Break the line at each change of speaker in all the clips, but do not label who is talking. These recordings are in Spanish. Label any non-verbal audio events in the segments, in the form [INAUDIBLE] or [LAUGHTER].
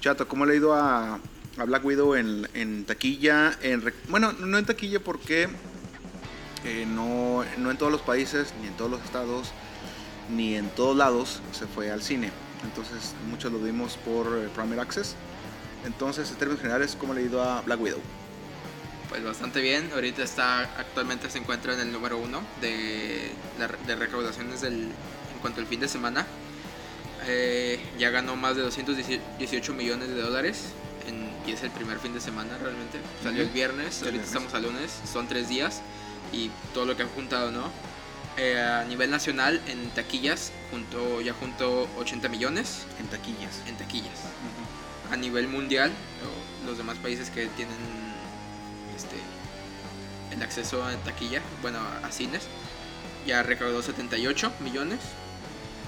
Chato, ¿cómo le ha ido a, a Black Widow en, en taquilla? En rec- bueno, no en taquilla porque eh, no, no en todos los países, ni en todos los estados, ni en todos lados se fue al cine. Entonces muchos lo vimos por eh, Premier Access. Entonces, en términos generales, ¿cómo le ha ido a Black Widow?
Pues bastante bien, ahorita está, actualmente se encuentra en el número uno de, la- de recaudaciones del, en cuanto al fin de semana. Eh, ya ganó más de 218 millones de dólares en- y es el primer fin de semana realmente. Salió el
Ujú.
viernes,
El
ahorita
viernes.
estamos a lunes, son tres días y todo lo que han juntado, ¿no? Eh, a nivel nacional, en taquillas, junto, ya juntó 80 millones
En taquillas.
en taquillas. A nivel mundial, o los demás países que tienen este, el acceso a taquilla, bueno, a cines, ya recaudó 78 millones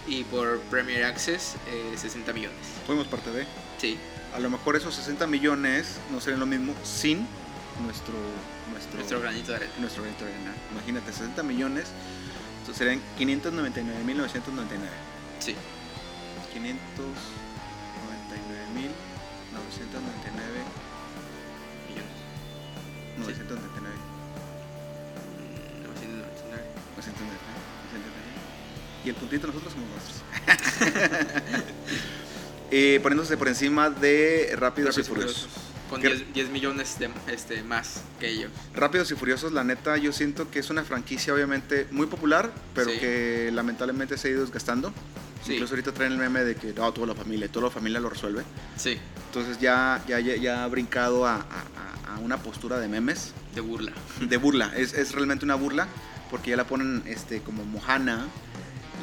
y por Premier Access eh, 60 millones.
Fuimos parte de.
Sí,
A lo mejor esos 60 millones no serían lo mismo sin nuestro, nuestro,
nuestro granito de arena.
nuestro granito de arena. Imagínate, 60 millones, entonces serían 599.999.
Sí,
599.999
millones.
999.
Mm, 999.
999, 999. Y el puntito nosotros [LAUGHS] somos nuestros. Eh, poniéndose por encima de Rápidos y
Rápidos y
Furiosos.
Furiosos, Con
¿Qué-
10, 10 millones de, este, más que ellos.
Rápidos y Furiosos, la neta, yo siento que es una franquicia obviamente muy popular, pero
Sí.
que lamentablemente se ha ido desgastando.
Sí.
Incluso ahorita traen el meme de que no, toda la familia, y toda la familia lo resuelve.
Sí,
Entonces ya, ya, ya, ya ha brincado a, a- a- a una postura de memes,
[LAUGHS] de burla.
de burla. Es, es realmente una burla, porque ya la ponen este, como Mohana,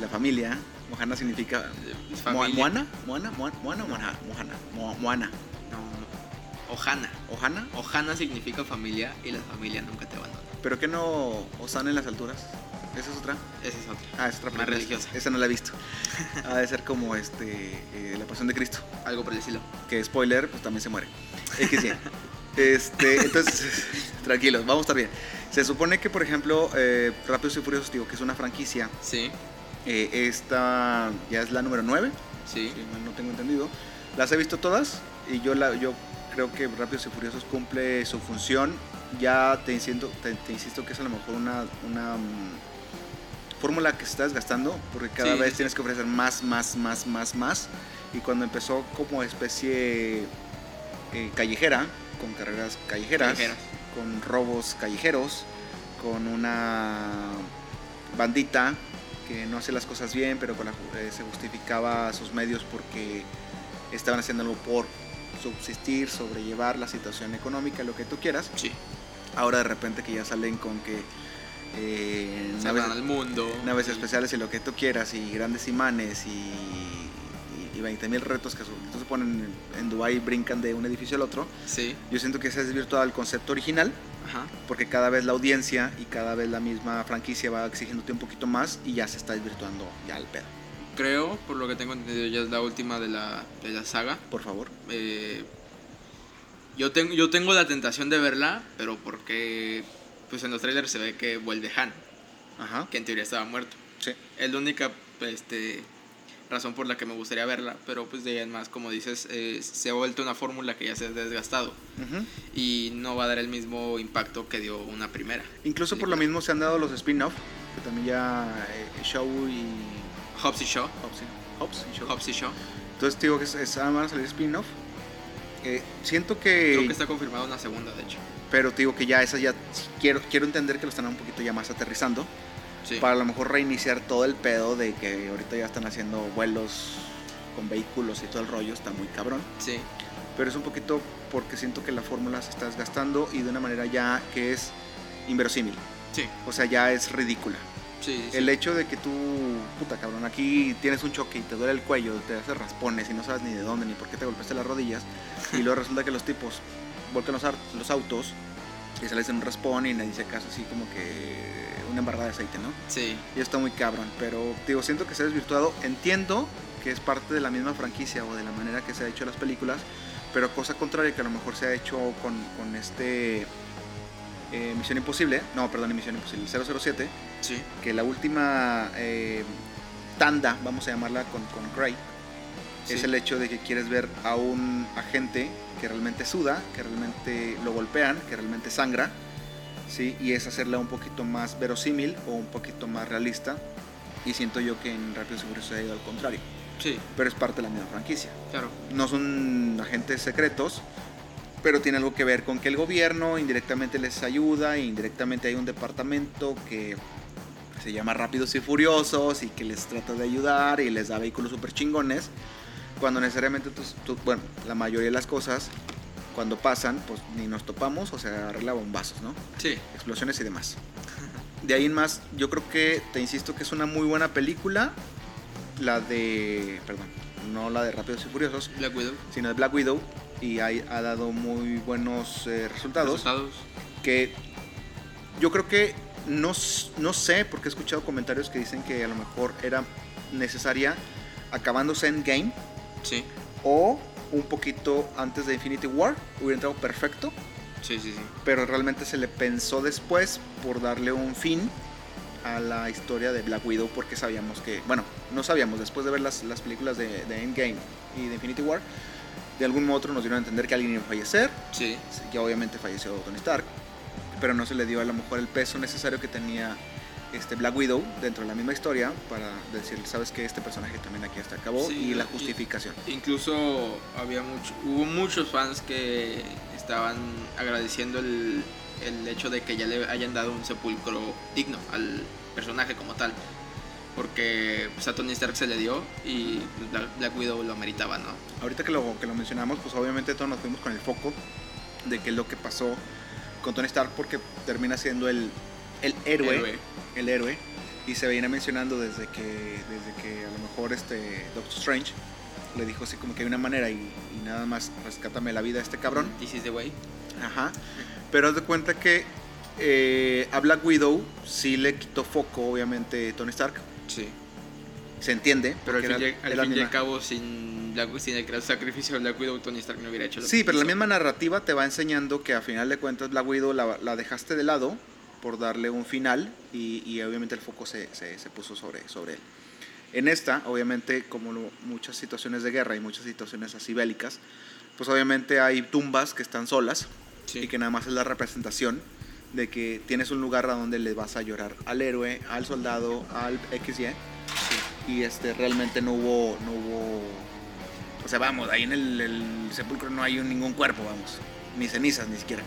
la familia. Mohana significa...
de
Mo-
familia.
¿Moana? ¿Moana? ¿Moana? ¿Moana o Moana? Mohana. Mo- Moana.
No, no. Ohana.
¿Ohana?
Ohana significa familia y la familia nunca te abandona.
¿Pero qué no Osan en las alturas? ¿Esa es otra?
Esa es otra.
Ah, es otra película.
Más religiosa.
Esa no la he
[LAUGHS]
visto. Ha de ser como este eh, La Pasión de Cristo,
Algo por el estilo.
que spoiler, pues también se muere. XY.
[LAUGHS]
este, entonces, [LAUGHS] tranquilos, vamos a estar bien. Se supone que, por ejemplo, eh, Rápidos y Furiosos, digo, que es una franquicia,
Sí,
eh, esta ya es la número 9,
sí.
si mal no tengo entendido. Las he visto todas y yo, la, yo creo que Rápidos y Furiosos cumple su función. Ya te, insiento, te, te insisto que es a lo mejor una, una mm, fórmula que se está desgastando porque cada
Sí,
vez
sí,
tienes que ofrecer más, más, más, más, más. Y cuando empezó como especie eh, callejera, con carreras callejeras,
Callejeras.
con robos callejeros, con una bandita que no hacía las cosas bien, pero con la ju- eh, se justificaba a sus medios porque estaban haciendo algo por subsistir, sobrellevar la situación económica, lo que tú quieras.
Sí.
Ahora de repente que ya salen con que eh, naves,
Salvan al mundo.
naves
y-
especiales y lo que tú quieras, y grandes imanes y, y, mil retos que su- entonces ponen en, en Dubai brincan de un edificio al otro.
Sí.
Yo siento que se ha desvirtuado el concepto original
Ajá.
porque cada vez la audiencia y cada vez la misma franquicia va exigiéndote un poquito más y ya se está desvirtuando ya al pedo.
Creo, por lo que tengo entendido, ya es la última de la, de la saga.
Por favor.
Eh, yo, tengo, yo tengo la tentación de verla, pero porque pues en los trailers se ve que vuelve Han,
Ajá.
que en teoría estaba muerto.
Sí.
Es la única este, razón por la que me gustaría verla, pero pues de ahí en más, como dices, eh, se ha vuelto una fórmula que ya se ha desgastado.
Ujú.
y no va a dar el mismo impacto que dio una primera.
Incluso por lo mismo se han dado los spin-off, que también ya eh, Shaw y
Hobbs y Shaw.
Hobbs, ¿sí? Hobbs y Shaw.
Hobbs y Shaw.
Entonces te digo que es, es- ah, van a salir spin-off. Eh, siento que,
Creo que está confirmada una segunda, de hecho.
pero te digo que ya esas ya quiero quiero entender que lo están un poquito ya más aterrizando
Sí.
para a lo mejor reiniciar todo el pedo de que ahorita ya están haciendo vuelos con vehículos y todo el rollo está muy cabrón.
Sí.
pero es un poquito porque siento que la fórmula se está desgastando y de una manera ya que es inverosímil.
Sí.
O sea, ya es ridícula.
Sí. sí.
El hecho de que tú, puta cabrón, aquí tienes un choque y te duele el cuello, te hace raspones y no sabes ni de dónde ni por qué te golpeaste las rodillas y luego resulta que los tipos volcan los, ar- los autos y se les hace un raspón y nadie se caso así como que una embarrada de aceite, ¿no?
Sí.
Y está muy cabrón, pero digo, siento que se ha desvirtuado. Entiendo que es parte de la misma franquicia o de la manera que se ha hecho las películas, pero cosa contraria que a lo mejor se ha hecho con, con este eh, Misión Imposible, no, perdón, Misión Imposible 007,
Sí.
que la última eh, tanda, vamos a llamarla con, con Craig, es
Sí.
el hecho de que quieres ver a un agente que realmente suda, que realmente lo golpean, que realmente sangra, ¿sí? y es hacerla un poquito más verosímil o un poquito más realista. Y siento yo que en Rápido Seguro se ha ido al contrario,
Sí,
pero es parte de la misma franquicia.
claro.
No son agentes secretos, pero tiene algo que ver con que el gobierno indirectamente les ayuda, e indirectamente hay un departamento que se llama Rápidos y Furiosos y que les trata de ayudar y les da vehículos súper chingones, cuando necesariamente, tus- tu- bueno, la mayoría de las cosas, cuando pasan, pues ni nos topamos o se arregla bombazos, ¿no?
Sí,
explosiones y demás. De ahí en más, yo creo que, te insisto, que es una muy buena película. La de, perdón, no la de Rápidos y Furiosos,
Black Widow.
sino de Black Widow. Y ahí ha dado muy buenos eh, resultados.
Resultados.
Que yo creo que, no, s- no sé, porque he escuchado comentarios que dicen que a lo mejor era necesaria acabándose Endgame
Sí,
o un poquito antes de Infinity War. Hubiera entrado perfecto
sí, sí, sí.
pero realmente se le pensó después por darle un fin a la historia de Black Widow porque sabíamos que, bueno, no sabíamos, después de ver las, las películas de, de Endgame y de Infinity War, de algún modo u otro nos dieron a entender que alguien iba a fallecer,
Sí,
que obviamente falleció Tony Stark, pero no se le dio a lo mejor el peso necesario que tenía este Black Widow dentro de la misma historia para decir, sabes que este personaje también aquí hasta acabó
Sí,
y la
y-
justificación.
Incluso había mucho, hubo muchos fans que estaban agradeciendo el, el hecho de que ya le hayan dado un sepulcro digno al personaje como tal. Porque pues, a Tony Stark se le dio y pues, Black, Black Widow lo meritaba, ¿no?
Ahorita que lo, que lo mencionamos, pues obviamente todos nos fuimos con el foco de qué es lo que pasó con Tony Stark porque termina siendo el, el héroe,
Héroe.
el héroe y se viene mencionando desde que desde que a lo mejor este Doctor Strange le dijo así como que hay una manera y, y nada más rescátame la vida a este cabrón.
This is the way.
Ajá. Pero haz de cuenta que eh, a Black Widow sí le quitó foco obviamente Tony Stark.
Sí.
Se entiende,
Pero al
porque
fin, y,
era-
al
era
fin y
misma-
al cabo, sin, Black- sin el gran sacrificio de Black Widow, Tony Stark no hubiera hecho lo
Sí,
que
pero la
hizo.
misma narrativa te va enseñando que a final de cuentas Black Widow la, la dejaste de lado por darle un final y, y obviamente el foco se, se- se puso sobre, sobre él. En esta, obviamente, como lo- muchas situaciones de guerra y muchas situaciones así bélicas, pues obviamente hay tumbas que están solas
Sí.
y que nada más es la representación de que tienes un lugar a donde le vas a llorar al héroe, al soldado, al XY y este realmente no hubo no hubo o sea vamos ahí en el, el sepulcro no hay un- ningún cuerpo vamos ni cenizas ni siquiera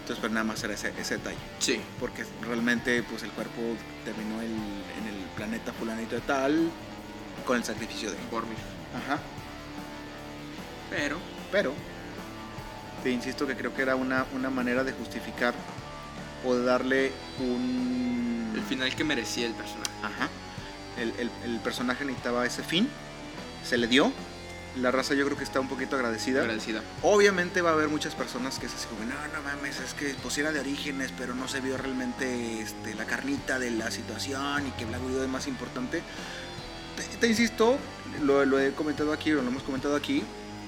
entonces pues nada más era ese, ese detalle
Sí.
porque realmente pues el cuerpo terminó el- en el planeta fulanito de tal con el sacrificio de
Bormir.
ajá
Pero,
pero te insisto que creo que era una, una manera de justificar o de darle un
el final que merecía el personaje.
Ajá. El, el- el personaje necesitaba ese fin. Se le dio. La raza yo creo que está un poquito agradecida.
Agradecida.
Obviamente va a haber muchas personas que se dicen, no, no mames, es que pues era de orígenes, pero no se vio realmente este, la carnita de la situación y que Black Widow es más importante. Te, te insisto, lo, lo he comentado aquí, o lo hemos comentado aquí,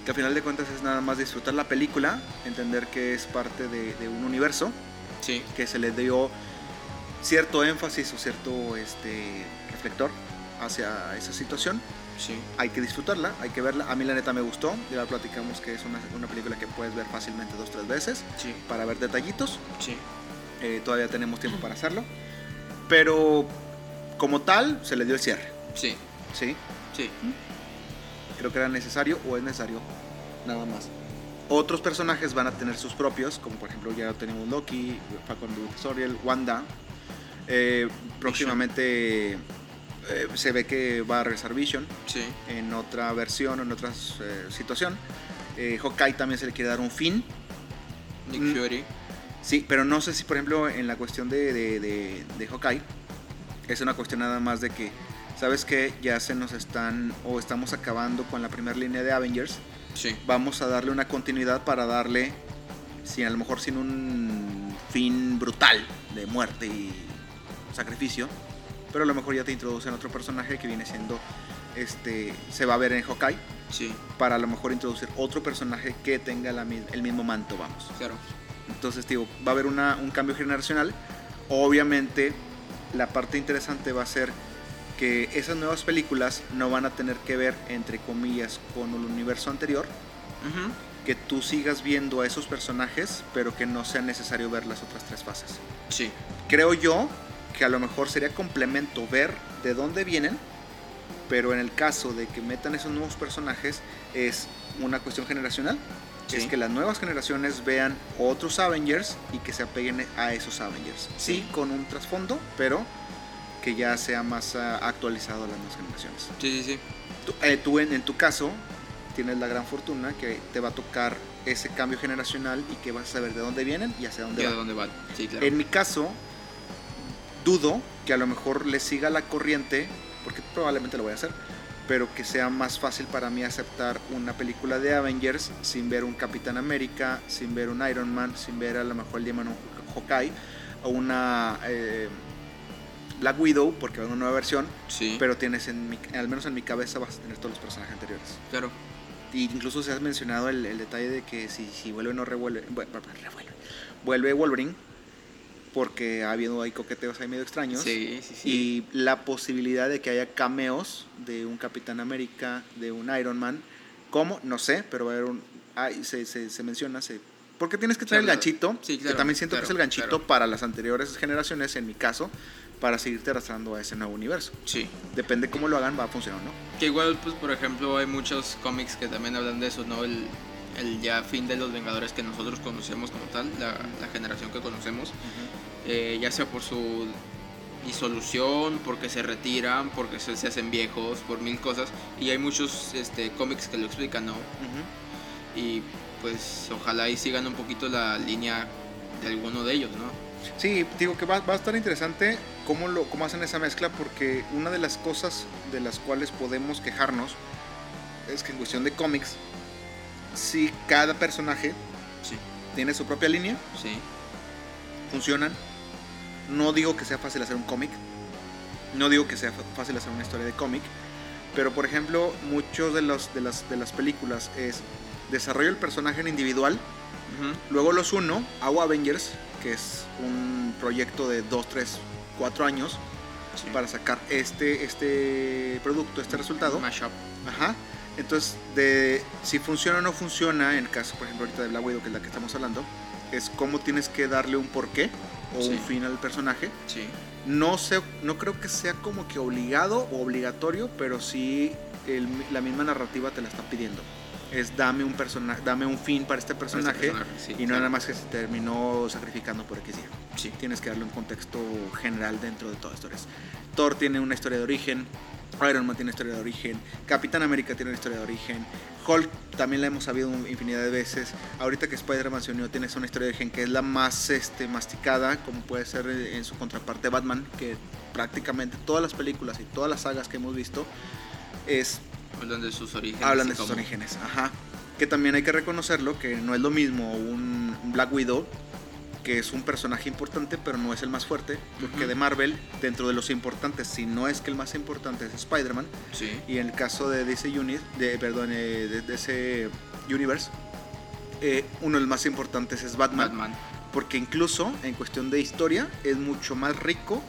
que al final de cuentas es nada más disfrutar la película, entender que es parte de- de un universo
Sí.
que se les dio cierto énfasis o cierto este, reflector hacia esa situación.
Sí.
Hay que disfrutarla, hay que verla. A mí la neta me gustó, ya la platicamos que es una, una película que puedes ver fácilmente dos tres veces
Sí.
para ver detallitos.
Sí.
Eh, todavía tenemos tiempo para hacerlo. Pero como tal, se le dio el cierre.
Sí.
¿sí?
Sí.
Creo que era necesario o es necesario, nada más. Otros personajes van a tener sus propios, como por ejemplo ya tenemos Loki, Falcon and the Winter Soldier, Wanda. Eh, próximamente eh, se ve que va a regresar Vision
Sí.
en otra versión, en otra eh, situación. Eh, Hawkeye también se le quiere dar un fin.
Nick
Mm.
Fury.
Sí, pero no sé si por ejemplo en la cuestión de, de, de, de Hawkeye es una cuestión nada más de que, ¿sabes que Ya se nos están o estamos acabando con la primera línea de Avengers.
Sí.
vamos a darle una continuidad para darle, sin, a lo mejor sin un fin brutal de muerte y sacrificio, pero a lo mejor ya te introducen otro personaje que viene siendo, este, se va a ver en Hawkeye,
Sí.
para a lo mejor introducir otro personaje que tenga la mi- el mismo manto, vamos.
Claro.
Entonces, digo, va a haber una- un cambio generacional. Obviamente, la parte interesante va a ser que esas nuevas películas no van a tener que ver, entre comillas, con el universo anterior.
Ujú.
Que tú sigas viendo a esos personajes, pero que no sea necesario ver las otras tres fases.
Sí.
Creo yo que a lo mejor sería complemento ver de dónde vienen, pero en el caso de que metan esos nuevos personajes, es una cuestión generacional.
Sí.
Es que las nuevas generaciones vean otros Avengers y que se apeguen a esos Avengers. Sí,
Sí.
con un trasfondo, pero que ya sea más ah, actualizado a las nuevas generaciones.
Sí, sí, sí.
Tú, eh, tú en, en tu caso tienes la gran fortuna que te va a tocar ese cambio generacional y que vas a saber de dónde vienen y hacia dónde
Ya
van.
dónde va. Sí, claro.
En mi caso, dudo que a lo mejor le siga la corriente, porque probablemente lo voy a hacer, pero que sea más fácil para mí aceptar una película de Avengers sin ver un Capitán América, sin ver un Iron Man, sin ver a lo mejor el Diamante Hawkeye o una eh, Black Widow, porque va a haber una nueva versión,
Sí.
pero tienes en mi- al menos en mi cabeza vas a tener todos los personajes anteriores.
Claro.
Y incluso se has mencionado el, el detalle de que si, si vuelve o no revuelve, vu- vu- revuelve, vuelve Wolverine, porque ha habido ahí coqueteos ahí medio extraños.
Sí, sí, sí.
Y la posibilidad de que haya cameos de un Capitán América, de un Iron Man, ¿cómo? No sé, pero va a haber un. ay, se, se- se menciona, se. Porque tienes que traer el
Claro.
ganchito,
Sí,
que
claro,
también siento que
claro,
es el ganchito
claro.
para las anteriores generaciones, en mi caso, para seguirte arrastrando a ese nuevo universo.
Sí.
Depende cómo lo hagan, va a funcionar o no.
Que igual, pues, por ejemplo, hay muchos cómics que también hablan de eso, ¿no? El, el ya fin de los Vengadores que nosotros conocemos como tal, la, la generación que conocemos, eh, ya sea por su disolución, porque se retiran, porque se, se hacen viejos, por mil cosas. Y hay muchos este, cómics que lo explican, ¿no?
Ujú.
Y pues ojalá y sigan un poquito la línea de alguno de ellos, ¿no?
Sí, digo que va, va a estar interesante cómo, lo, cómo hacen esa mezcla, porque una de las cosas de las cuales podemos quejarnos es que en cuestión de cómics, si cada personaje
Sí.
tiene su propia línea,
Sí,
funcionan. No digo que sea fácil hacer un cómic, no digo que sea fa- fácil hacer una historia de cómic, pero por ejemplo, muchos de, los, de, las, de las películas es desarrollo el personaje en individual,
Ujú.
Luego los uno, hago Avengers, que es un proyecto de 2, 3, 4 años
sí.
para sacar este, este producto, este resultado.
Mashup.
Ajá. Entonces, de si funciona o no funciona, en el caso, por ejemplo, ahorita de Black Widow, que es la que estamos hablando, es cómo tienes que darle un porqué o
Sí.
un fin al personaje.
Sí,
No, sé, no creo que sea como que obligado o obligatorio, pero sí el- la misma narrativa te la está pidiendo. Es dame un, persona, dame un fin para este
para ese
personaje.
personaje,
Y
sí,
no
claro.
nada más que se terminó sacrificando por X día.
Sí.
Tienes que darle un contexto general dentro de todas las historias. Thor tiene una historia de origen, Iron Man tiene una historia de origen, Capitán América tiene una historia de origen, Hulk también la hemos sabido infinidad de veces. Ahorita que Spider-Man se unió, tienes una historia de origen que es la más este, masticada, como puede ser en su contraparte Batman, que prácticamente todas las películas y todas las sagas que hemos visto es
Hablan de sus orígenes.
hablan
y
de sus
cómo-
orígenes. Ajá. Que también hay que reconocerlo, que no es lo mismo un Black Widow, que es un personaje importante, pero no es el más fuerte, porque
Ujú.
de Marvel, dentro de los importantes, si no es que el más importante es Spider-Man,
Sí.
y en el caso de DC Unit, de, perdón, eh, de, de ese Universe, eh, uno de los más importantes es Batman,
Batman.
porque incluso en cuestión de historia es mucho más rico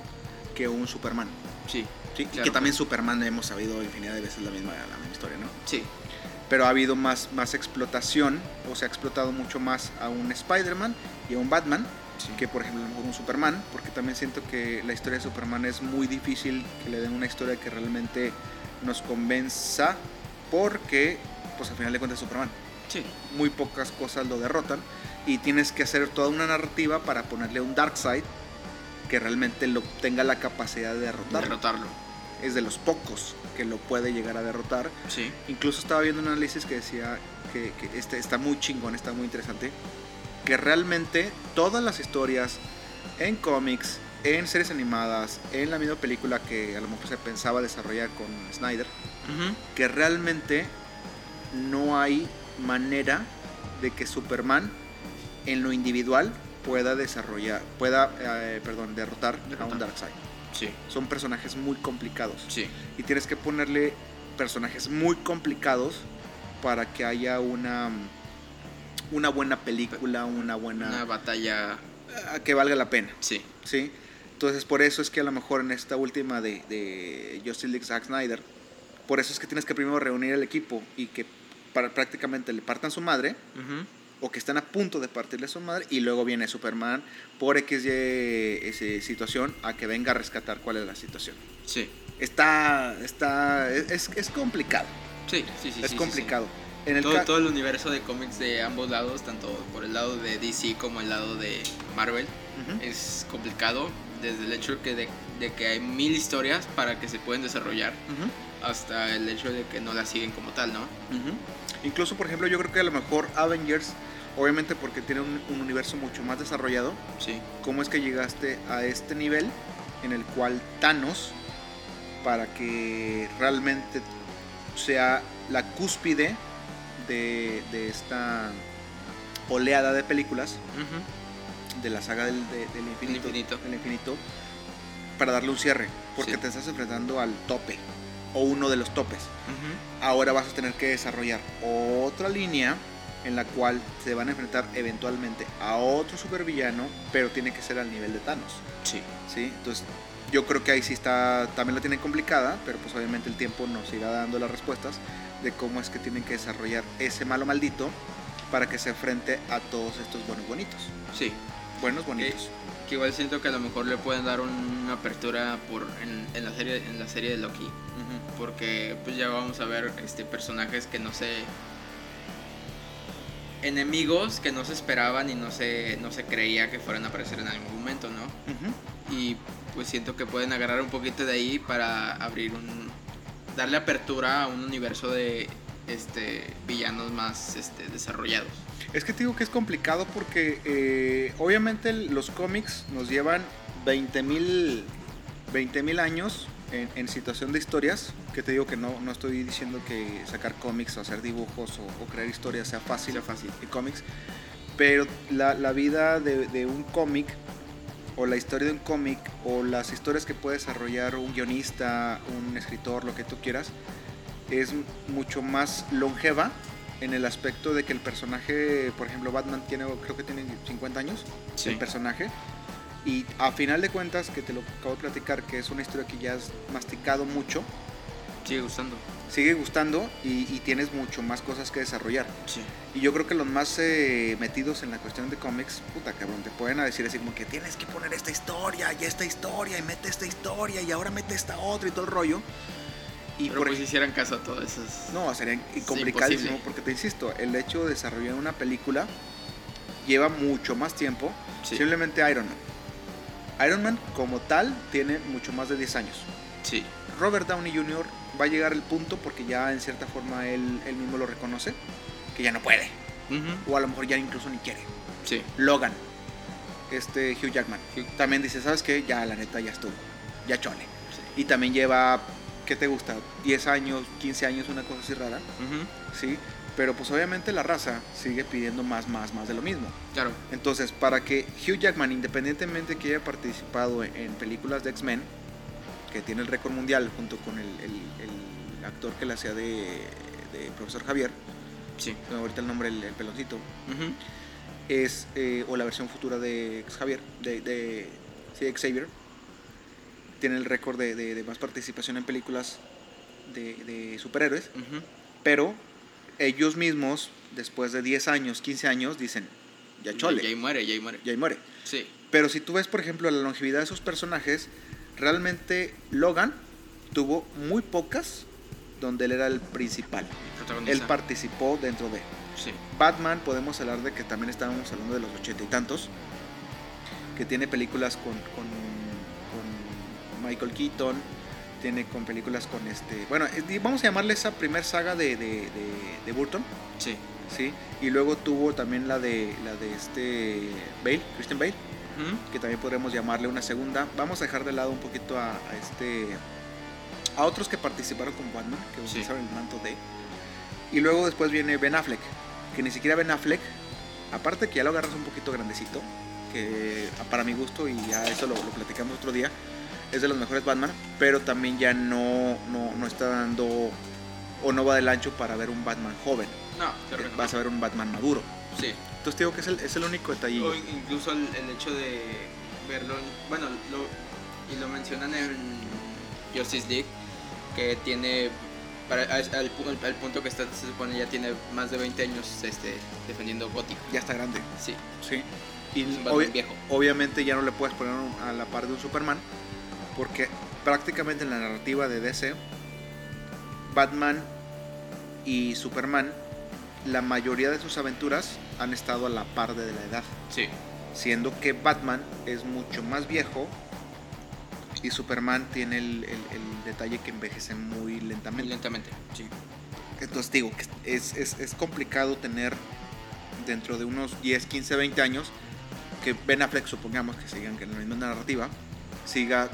que un Superman.
Sí,
¿sí? y
Claro.
que también Superman hemos sabido infinidad de veces la misma, la misma historia, ¿no?
sí,
pero ha habido más, más explotación, o se ha explotado mucho más a un Spider-Man y a un Batman
sí.
que, por ejemplo, a lo mejor un Superman, porque también siento que la historia de Superman es muy difícil que le den una historia que realmente nos convenza, porque, pues al final de cuentas, es Superman.
Sí,
Muy pocas cosas lo derrotan y tienes que hacer toda una narrativa para ponerle un Darkseid que realmente lo tenga la capacidad de derrotarlo.
derrotarlo.
Es de los pocos que lo puede llegar a derrotar.
Sí,
Incluso estaba viendo un análisis que decía que, que este, está muy chingón, está muy interesante. Que realmente todas las historias en cómics, en series animadas, en la misma película que a lo mejor se pensaba desarrollar con Snyder,
Ujú.
que realmente no hay manera de que Superman en lo individual pueda desarrollar, pueda, eh, perdón, derrotar, a
Derrotar.
un Darkseid.
sí,
Son personajes muy complicados
sí,
y tienes que ponerle personajes muy complicados para que haya una una buena película, una buena
Una batalla.
que valga la pena,
Sí,
¿sí? Entonces por eso es que a lo mejor en esta última de, de Justice League Zack Snyder, por eso es que tienes que primero reunir el equipo y que para- prácticamente le partan su madre
Ujú.
o que están a punto de partirle su madre y luego viene Superman por XY ese, situación a que venga a rescatar cuál es la situación.
Sí,
Está, está, es, es complicado,
sí, sí, sí, sí,
es
sí,
complicado. En
sí.
el
Todo,
ca-
todo el universo de cómics de ambos lados, tanto por el lado de DC como el lado de Marvel,
Ujú.
es complicado desde el hecho que de, de que hay mil historias para que se pueden desarrollar
Ujú.
hasta el hecho de que no las siguen como tal, ¿no?
Ujú. Incluso, por ejemplo, yo creo que a lo mejor Avengers, obviamente porque tiene un, un universo mucho más desarrollado,
Sí.
¿cómo es que llegaste a este nivel en el cual Thanos, para que realmente sea la cúspide de, de esta oleada de películas, de la saga del, de- del infinito,
infinito.
del infinito, para darle un cierre? Porque
Sí.
te estás enfrentando al tope, o uno de los topes
Ujú.
ahora vas a tener que desarrollar otra línea en la cual se van a enfrentar eventualmente a otro supervillano, pero tiene que ser al nivel de Thanos,
Sí.
¿sí? Entonces, yo creo que ahí sí está, también la tienen complicada, pero pues obviamente el tiempo nos irá dando las respuestas de cómo es que tienen que desarrollar ese malo maldito para que se enfrente a todos estos buenos bonitos.
Sí.
Buenos bonitos.
Que igual siento que a lo mejor le pueden dar una apertura por en, en la serie en la serie de Loki,
Ujú.
porque pues ya vamos a ver este personajes que no se enemigos que no se esperaban y no se no se creía que fueran a aparecer en algún momento, ¿no?
Ujú.
Y pues siento que pueden agarrar un poquito de ahí para abrir un darle apertura a un universo de este villanos más este desarrollados.
Es que te digo que es complicado porque eh, obviamente el- los cómics nos llevan 20.000 mil años en, en situación de historias, que te digo que no, no estoy diciendo que sacar cómics o hacer dibujos o, o crear historias sea fácil,
Sea fácil.
y cómics, pero la, la vida de, de un cómic o la historia de un cómic o las historias que puede desarrollar un guionista, un escritor, lo que tú quieras, es mucho más longeva en el aspecto de que el personaje, por ejemplo, Batman tiene, creo que tiene 50 años, el personaje. Y a final de cuentas, que te lo acabo de platicar, que es una historia que ya has masticado mucho,
Sigue gustando.
sigue gustando y, y tienes mucho más cosas que desarrollar.
Sí.
Y yo creo que los más eh, metidos en la cuestión de cómics, puta cabrón, te pueden a decir así como que tienes que poner esta historia y esta historia y mete esta historia y ahora mete esta otra y todo el rollo. Y
Pero
por
pues
ej-
hicieran caso a todas esas.
no, sería
Es
complicadísimo
imposible.
porque te insisto, el hecho de desarrollar una película lleva mucho más tiempo.
Sí,
Simplemente Iron Man. Iron Man como tal tiene mucho más de 10 años.
sí,
Robert Downey Jr. va a llegar al punto porque ya en cierta forma él, él mismo lo reconoce, que ya no puede.
ujú,
O a lo mejor ya incluso ni quiere.
sí,
Logan, este Hugh Jackman.
Hugh.
También dice, ¿sabes qué? Ya la neta ya estuvo. Ya chole.
sí.
Y también lleva, ¿qué te gusta? 10 años, 15 años, una cosa así rara.
ujú,
¿sí? Pero pues obviamente la raza sigue pidiendo más, más, más de lo mismo.
Claro,
Entonces, para que Hugh Jackman, independientemente que haya participado en, en películas de X-Men, que tiene el récord mundial junto con el, el- el actor que le hacía de, de Profesor Javier,
sí.
no, ahorita el nombre, el, el peloncito,
ujú,
es, eh, o la versión futura de ex Javier, de, de- sí, de Xavier, tiene el récord de, de- de más participación en películas de- de superhéroes
ujú,
pero ellos mismos, después de 10 años, 15 años, dicen, ya
Y ahí
chole,
muere, y ahí muere.
ya y muere.
Sí,
Pero si tú ves, por ejemplo, la longevidad de sus personajes, realmente Logan tuvo muy pocas donde él era el principal.
protagonista.
Él participó dentro de
Sí,
Batman, podemos hablar de que también estábamos hablando de los ochenta y tantos, que tiene películas con, con- con Michael Keaton, tiene con películas con este, bueno, eh, di- vamos a llamarle esa primer saga de, de- de- de Burton,
sí.
¿sí? Y luego tuvo también la de, la de este Bale, Christian Bale,
ujú,
que también podremos llamarle una segunda. Vamos a dejar de lado un poquito a, a este a otros que participaron con Batman, que
Sí.
utilizaron el manto de. Y luego después viene Ben Affleck, que ni siquiera Ben Affleck, aparte que ya lo agarras un poquito grandecito, que para mi gusto y ya eso lo, lo platicamos otro día, es de los mejores Batman, pero también ya no no, no está dando o no va del ancho para ver un Batman joven.
No, claro que no.
Vas a ver un Batman maduro.
Sí.
Entonces te digo que es el, es el único detalle.
O in- incluso el, el hecho de verlo. en- Bueno, lo, y lo mencionan en Justice League, que tiene, para, al, al pu- al punto que está, se supone ya tiene más de 20 años este, defendiendo Gótica.
Ya está grande.
Sí,
Sí. Y
es un
obvi-
Batman viejo.
obviamente ya no le puedes poner un- a la par de un Superman. Porque prácticamente en la narrativa de DC, Batman y Superman, la mayoría de sus aventuras han estado a la par de la edad.
Sí,
Siendo que Batman es mucho más viejo y Superman tiene el, el- el detalle que envejece muy
muy
lentamente.
lentamente. Sí.
Entonces digo, que es, es- es complicado tener dentro de unos 10, 15, 20 años que Ben Affleck, supongamos que sigan que en la misma narrativa, siga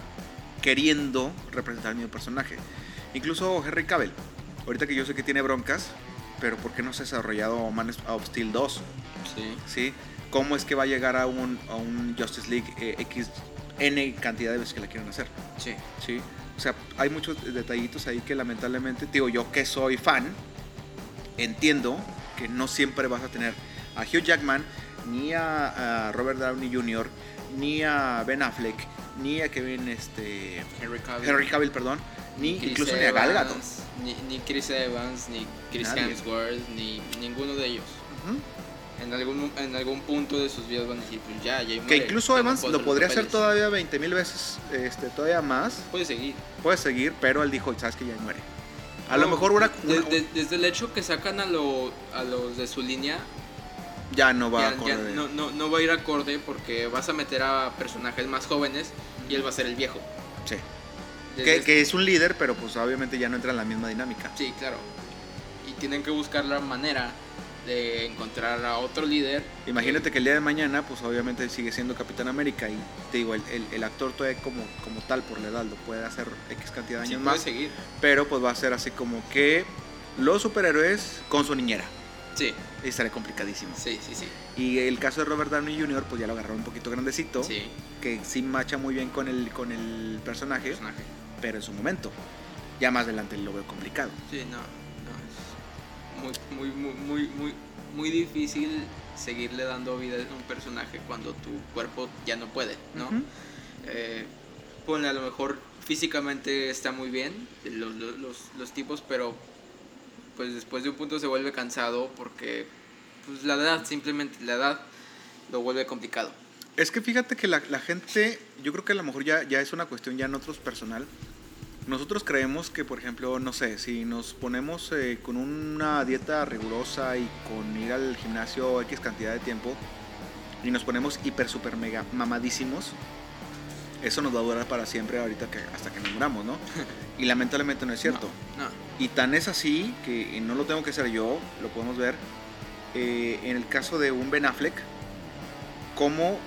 queriendo representar al mismo personaje. Incluso Henry Cavill, ahorita que yo sé que tiene broncas, pero ¿por qué no se ha desarrollado Man of Steel 2?
Sí.
¿sí? ¿Cómo es que va a llegar a un, a un Justice League eh, X, N cantidad de veces que la quieren hacer?
Sí.
¿sí? O sea, hay muchos detallitos ahí que lamentablemente, digo, yo que soy fan, entiendo que no siempre vas a tener a Hugh Jackman, ni a, a Robert Downey Jr., ni a Ben Affleck, ni a Kevin, este,
Henry Cavill.
Henry Cavill, perdón, ni
Chris
incluso ni a Gal Gadot.
Evans, Ni, ni Chris Evans, ni Chris
Nadie.
Hemsworth, ni ninguno de ellos.
Ujú.
En algún, en algún punto de sus vidas van a decir, pues ya, ya
Que incluso Evans lo podría hacer
toda
todavía 20 mil veces, este, todavía más,
Puede seguir.
puede seguir, pero él dijo, sabes que ya muere. A lo
No,
mejor una,
de-
una-
de- desde el hecho que sacan a, lo- a los de su línea,
ya no va
ya-
a
ya
correr.
no, no- no va a ir acorde porque vas a meter a personajes más jóvenes y él va a ser el viejo.
Sí.
Desde-
Que, que es un líder, pero pues obviamente ya no entra en la misma dinámica.
Sí, claro. Y tienen que buscar la manera de encontrar a otro líder.
Imagínate que el día de mañana, pues obviamente sigue siendo Capitán América y te digo, el, el- el actor todavía como, como tal por la edad lo puede hacer X cantidad de
Sí,
años
puede
más,
seguir.
pero pues va a ser así como que los superhéroes con su niñera.
Sí,
Y estará complicadísimo.
sí, sí, sí.
Y el caso de Robert Downey Jr., pues ya lo agarró un poquito grandecito,
Sí,
que sí macha muy bien con el, con el personaje,
personaje.
pero en su momento. Ya más adelante lo veo complicado.
Sí, no, no, es muy, muy, muy, muy, muy, muy difícil seguirle dando vida a un personaje cuando tu cuerpo ya no puede, ¿no?
Ujú.
Eh, ponle, a lo mejor físicamente está muy bien los, los- los- los tipos, pero pues después de un punto se vuelve cansado porque pues la edad, simplemente la edad lo vuelve complicado.
Es que fíjate que la, la gente, yo creo que a lo mejor ya, ya es una cuestión ya en otros personal. Nosotros creemos que, por ejemplo, no sé, si nos ponemos eh, con una dieta rigurosa y con ir al gimnasio X cantidad de tiempo y nos ponemos hiper, super, mega mamadísimos, eso nos va a durar para siempre ahorita que, hasta que nos muramos, ¿no? Y lamentablemente no es cierto.
No, no,
Y tan es así que y no lo tengo que hacer yo, lo podemos ver. eh, en el caso de un Ben Affleck, como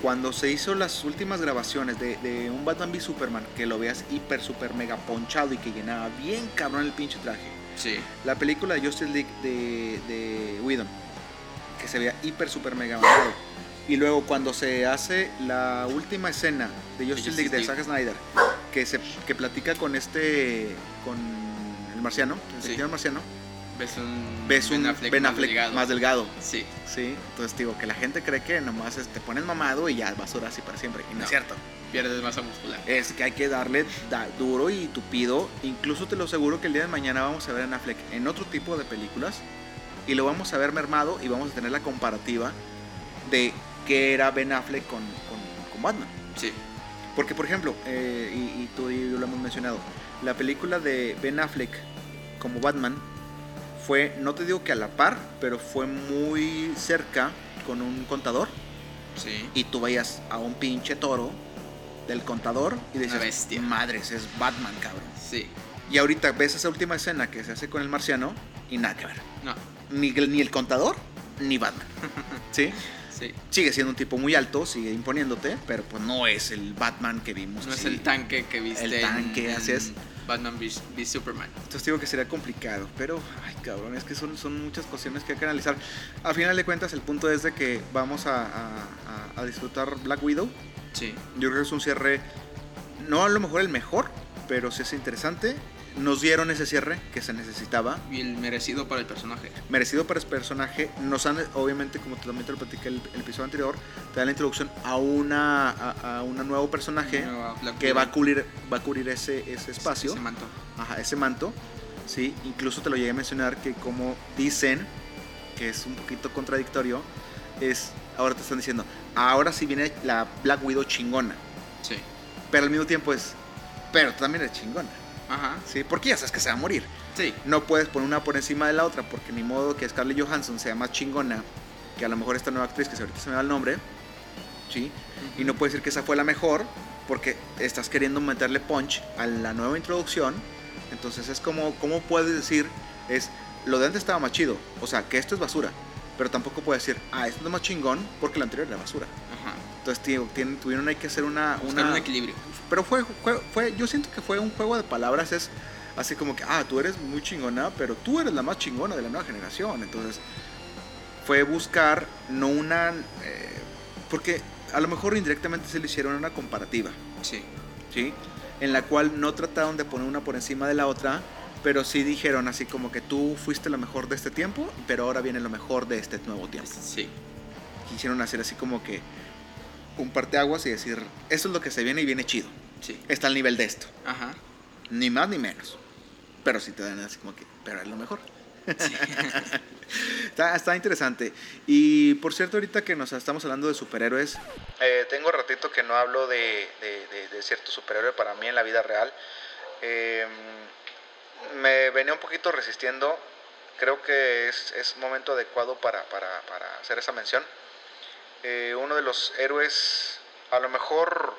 cuando se hizo las últimas grabaciones de, de un Batman v Superman, que lo veas hiper, super, mega ponchado y que llenaba bien cabrón el pinche traje.
sí,
La película de Justice League de, de Whedon, que se veía hiper, super, mega mamado. Y luego cuando se hace la última escena de Justice,
Justice
League de
League.
Zack Snyder, que, se, que platica con este, con el marciano, el
Sí.
detective marciano,
ves un
ves un Ben Affleck,
más delgado.
más, delgado.
Sí,
Sí, entonces digo que la gente cree que nomás es- te pones mamado y ya vas a durar así para siempre. Y no,
No.
es cierto.
pierdes masa muscular.
Es que hay que darle da- duro y tupido. Incluso te lo aseguro que el día de mañana vamos a ver a Ben Affleck en otro tipo de películas y lo vamos a ver mermado y vamos a tener la comparativa de qué era Ben Affleck con, con- con Batman.
Sí,
Porque, por ejemplo, eh, y, y tú y yo lo hemos mencionado, la película de Ben Affleck como Batman fue, no te digo que a la par, pero fue muy cerca con un contador.
sí.
Y tú veías a un pinche toro del contador y decías,
Una bestia.
madres, es Batman, cabrón.
Sí,
Y ahorita ves esa última escena que se hace con el marciano y nada que ver.
no,
Ni, ni el contador, ni
[LAUGHS]
Batman. ¿Sí?
sí.
Sigue siendo un tipo muy alto, sigue imponiéndote, pero pues no es el Batman que vimos.
No es
así.
el tanque que viste.
El tanque, así es.
Batman v, v Superman.
Entonces digo que sería complicado, pero ay cabrón, es que son, son muchas cuestiones que hay que analizar. A final de cuentas, el punto es de que vamos a- a- a- a disfrutar Black Widow.
Sí.
Yo creo que es un cierre, no a lo mejor el mejor, pero sí es interesante. nos dieron ese cierre que se necesitaba.
Y el merecido para el personaje.
Merecido para ese personaje. Nos han, obviamente, como también te lo platiqué el, el episodio anterior, te dan la introducción a una a, a un nuevo personaje
Nueva Black
que
Widow.
va a cubrir, va a cubrir ese, ese espacio.
Ese manto.
Ajá, ese manto, ¿sí? Incluso te lo llegué a mencionar que como dicen, que es un poquito contradictorio, es, ahora te están diciendo, ahora sí viene la Black Widow chingona,
Sí.
pero al mismo tiempo es, pero tú también eres chingona,
Ajá.
¿sí? Porque ya sabes que se va a morir.
Sí.
No puedes poner una por encima de la otra, porque ni modo que Scarlett Johansson sea más chingona que a lo mejor esta nueva actriz, que ahorita se me va el nombre, ¿sí? Y no puedes decir que esa fue la mejor porque estás queriendo meterle punch a la nueva introducción. Entonces es como, ¿cómo puedes decir? Es, lo de antes estaba más chido. O sea, que esto es basura. Pero tampoco puedes decir, ah, esto es lo más chingón porque lo anterior era basura.
Ajá.
Entonces tío, tienen- tuvieron hay que hacer una...
Buscar
una
un equilibrio.
pero fue, fue, fue- yo siento que fue un juego de palabras. Es así como que, ah, tú eres muy chingona, pero tú eres la más chingona de la nueva generación. Entonces fue buscar, no una... eh, porque a lo mejor indirectamente se le hicieron una comparativa,
Sí.
¿sí? En la cual no trataron de poner una por encima de la otra, pero sí dijeron así como que tú fuiste lo mejor de este tiempo, pero ahora viene lo mejor de este nuevo tiempo
Sí.
quisieron hacer así como que un parteaguas y decir, esto es lo que se viene y viene chido.
Sí.
Está al nivel de esto.
Ajá.
Ni más ni menos. Pero si te dan así como que, pero es lo mejor. [LAUGHS] está, está interesante. Y por cierto, ahorita que nos estamos hablando de superhéroes... eh, tengo ratito que no hablo de, de- de- de cierto superhéroe para mí en la vida real. Eh, me venía un poquito resistiendo. Creo que es, es momento adecuado para, para- para hacer esa mención. Eh, uno de los héroes, a lo mejor,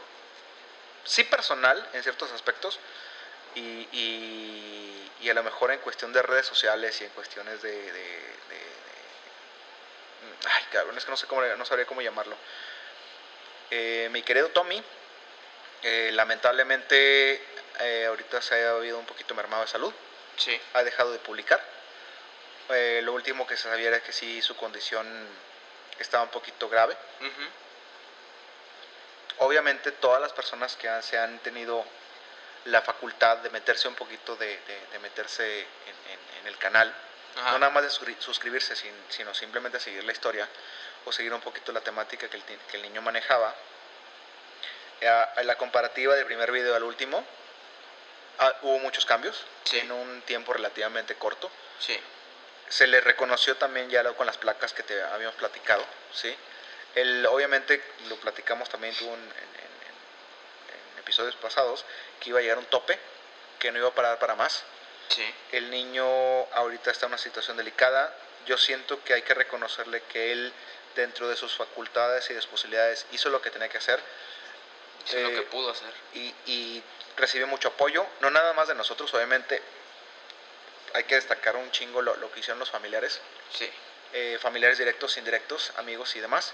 sí personal en ciertos aspectos, y, y- y a lo mejor en cuestión de redes sociales y en cuestiones de... de- de- de- ay, cabrón, es que no, sé cómo, no sabría cómo llamarlo. Eh, mi querido Tommy, eh, lamentablemente eh, ahorita se ha habido un poquito mermado de salud,
Sí.
ha dejado de publicar. Eh, lo último que se sabía era que sí, su condición estaba un poquito grave.
Ujú.
obviamente todas las personas que han- se han tenido la facultad de meterse un poquito, de, de- de meterse en, en- en el canal,
Ajá.
no nada más de suscri- suscribirse, sin- sino simplemente seguir la historia o seguir un poquito la temática que el, ti- que el niño manejaba, eh, a- a la comparativa del primer video al último, ah, hubo muchos cambios
Sí.
en un tiempo relativamente corto.
Sí.
Se le reconoció también ya lo- con las placas que te habíamos platicado, ¿sí? El, obviamente lo platicamos también tú en, en- en- en episodios pasados, que iba a llegar un tope, que no iba a parar para más.
Sí.
El niño ahorita está en una situación delicada. Yo siento que hay que reconocerle que él, dentro de sus facultades y de sus posibilidades, hizo lo que tenía que hacer
Hizo lo
Eh,
que pudo hacer.
y, y recibió mucho apoyo, no nada más de nosotros, obviamente hay que destacar un chingo lo- lo que hicieron los familiares
Sí.
eh, familiares directos, indirectos, amigos y demás,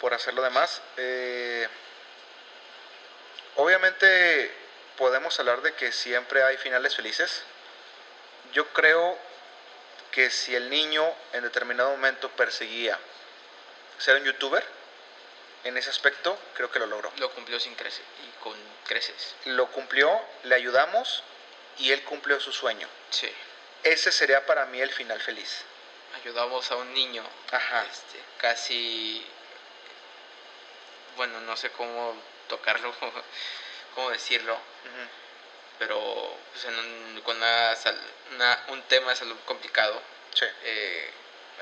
por hacer lo demás. Eh, obviamente Eh, podemos hablar de que siempre hay finales felices. Yo creo que si el niño en determinado momento perseguía ser un youtuber, en ese aspecto creo que lo logró.
Lo cumplió sin creces. Y con creces.
Lo cumplió, le ayudamos y él cumplió su sueño.
Sí.
Ese sería para mí el final feliz.
Ayudamos a un niño
Ajá.
este, casi bueno no sé cómo tocarlo [LAUGHS] cómo decirlo
Ujú.
pero pues, en un- con una, sal- una- un tema de salud complicado
Sí.
eh,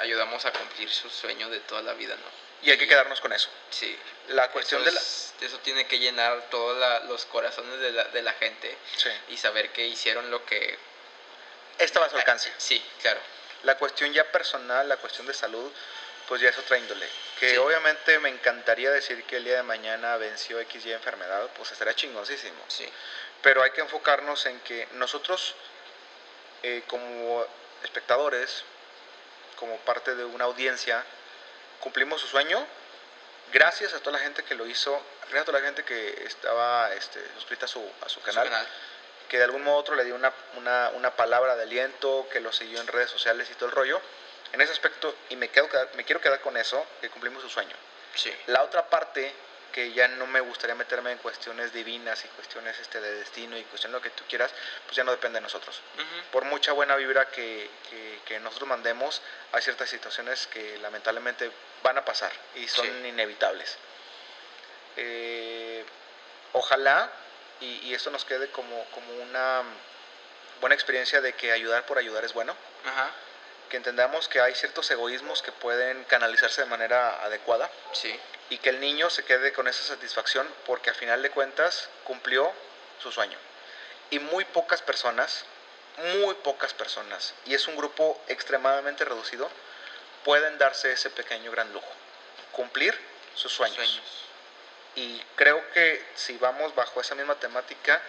ayudamos a cumplir su sueño de toda la vida no
Y hay que quedarnos con eso.
sí
La cuestión
eso
de la...
es- eso tiene que llenar todos los corazones de la, de la gente
Sí.
y saber que hicieron lo que
Estaba a su alcance.
sí claro
La cuestión ya personal, la cuestión de salud, pues ya es otra índole. Que
Sí.
obviamente me encantaría decir que el día de mañana venció XY enfermedad, pues estaría chingosísimo.
sí
Pero hay que enfocarnos en que nosotros, eh, como espectadores, como parte de una audiencia, cumplimos su sueño. Gracias a toda la gente que lo hizo, gracias a toda la gente que estaba este, suscrita a su, a su
su
canal que de algún modo u otro le dio una, una, una palabra de aliento, que lo siguió en redes sociales y todo el rollo. En ese aspecto, y me, quedo, queda- me quiero quedar con eso, que cumplimos su sueño.
sí
La otra parte que ya no me gustaría meterme en cuestiones divinas y cuestiones este de destino y cuestión lo que tú quieras, pues ya no depende de nosotros.
Ujú.
Por mucha buena vibra que, que- que nosotros mandemos, hay ciertas situaciones que lamentablemente van a pasar y son
Sí.
inevitables. Eh, ojalá, y, y esto nos quede como, como una buena experiencia de que ayudar por ayudar es bueno
Ajá,
que entendamos que hay ciertos egoísmos que pueden canalizarse de manera adecuada
sí,
y que el niño se quede con esa satisfacción porque a final de cuentas cumplió su sueño. Y muy pocas personas, muy pocas personas, y es un grupo extremadamente reducido, pueden darse ese pequeño gran lujo, cumplir sus sueños.
sueños.
Y creo que si vamos bajo esa misma temática,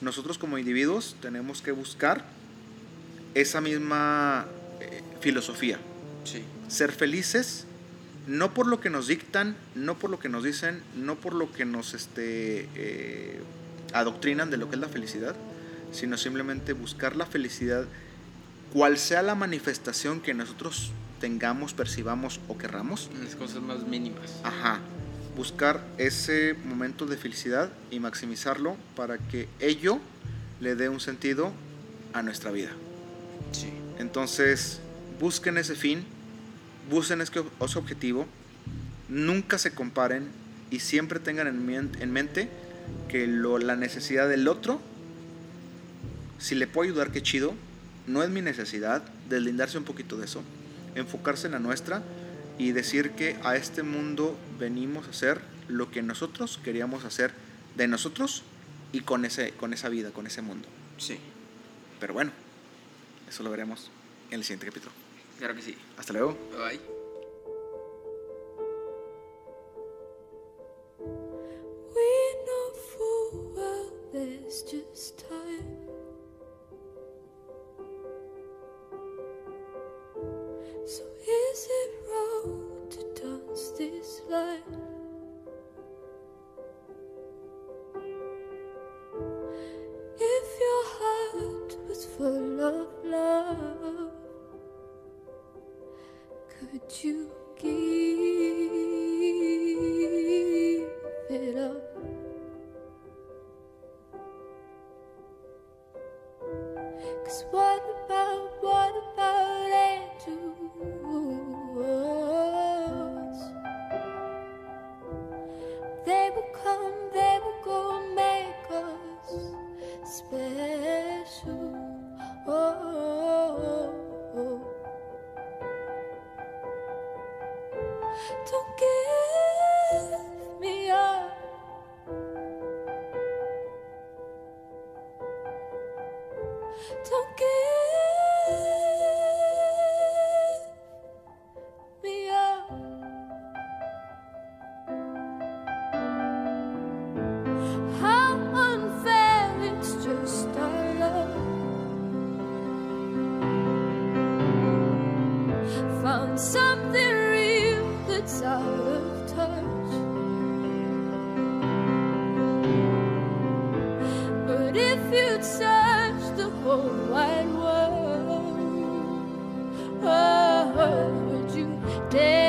nosotros como individuos tenemos que buscar esa misma eh, filosofía,
Sí,
ser felices no por lo que nos dictan, no por lo que nos dicen, no por lo que nos este, eh, adoctrinan de lo que es la felicidad, sino simplemente buscar la felicidad, cual sea la manifestación que nosotros tengamos, percibamos o querramos.
en las cosas más mínimas.
Ajá. Buscar ese momento de felicidad y maximizarlo para que ello le dé un sentido a nuestra vida.
Sí.
Entonces, busquen ese fin, busquen ese, ese objetivo, nunca se comparen y siempre tengan en, mien- en mente que lo, la necesidad del otro, si le puedo ayudar, qué chido, no es mi necesidad, deslindarse un poquito de eso, enfocarse en la nuestra y decir que a este mundo venimos a hacer lo que nosotros queríamos hacer de nosotros y con, ese, con esa vida, con ese mundo.
Sí,
Pero bueno, eso lo veremos en el siguiente capítulo.
claro que sí.
Hasta luego.
Bye.
We know full well there's just time. So is it wrong to dance this line? If your heart was full of love, could you give it up? Cause what about, what about angels? They will come, they will go, make us special. oh. Don't give me up. Don't give me up. How unfair it's just our love. Found something real that's out of touch. But if you touch the whole wide world, would you dare?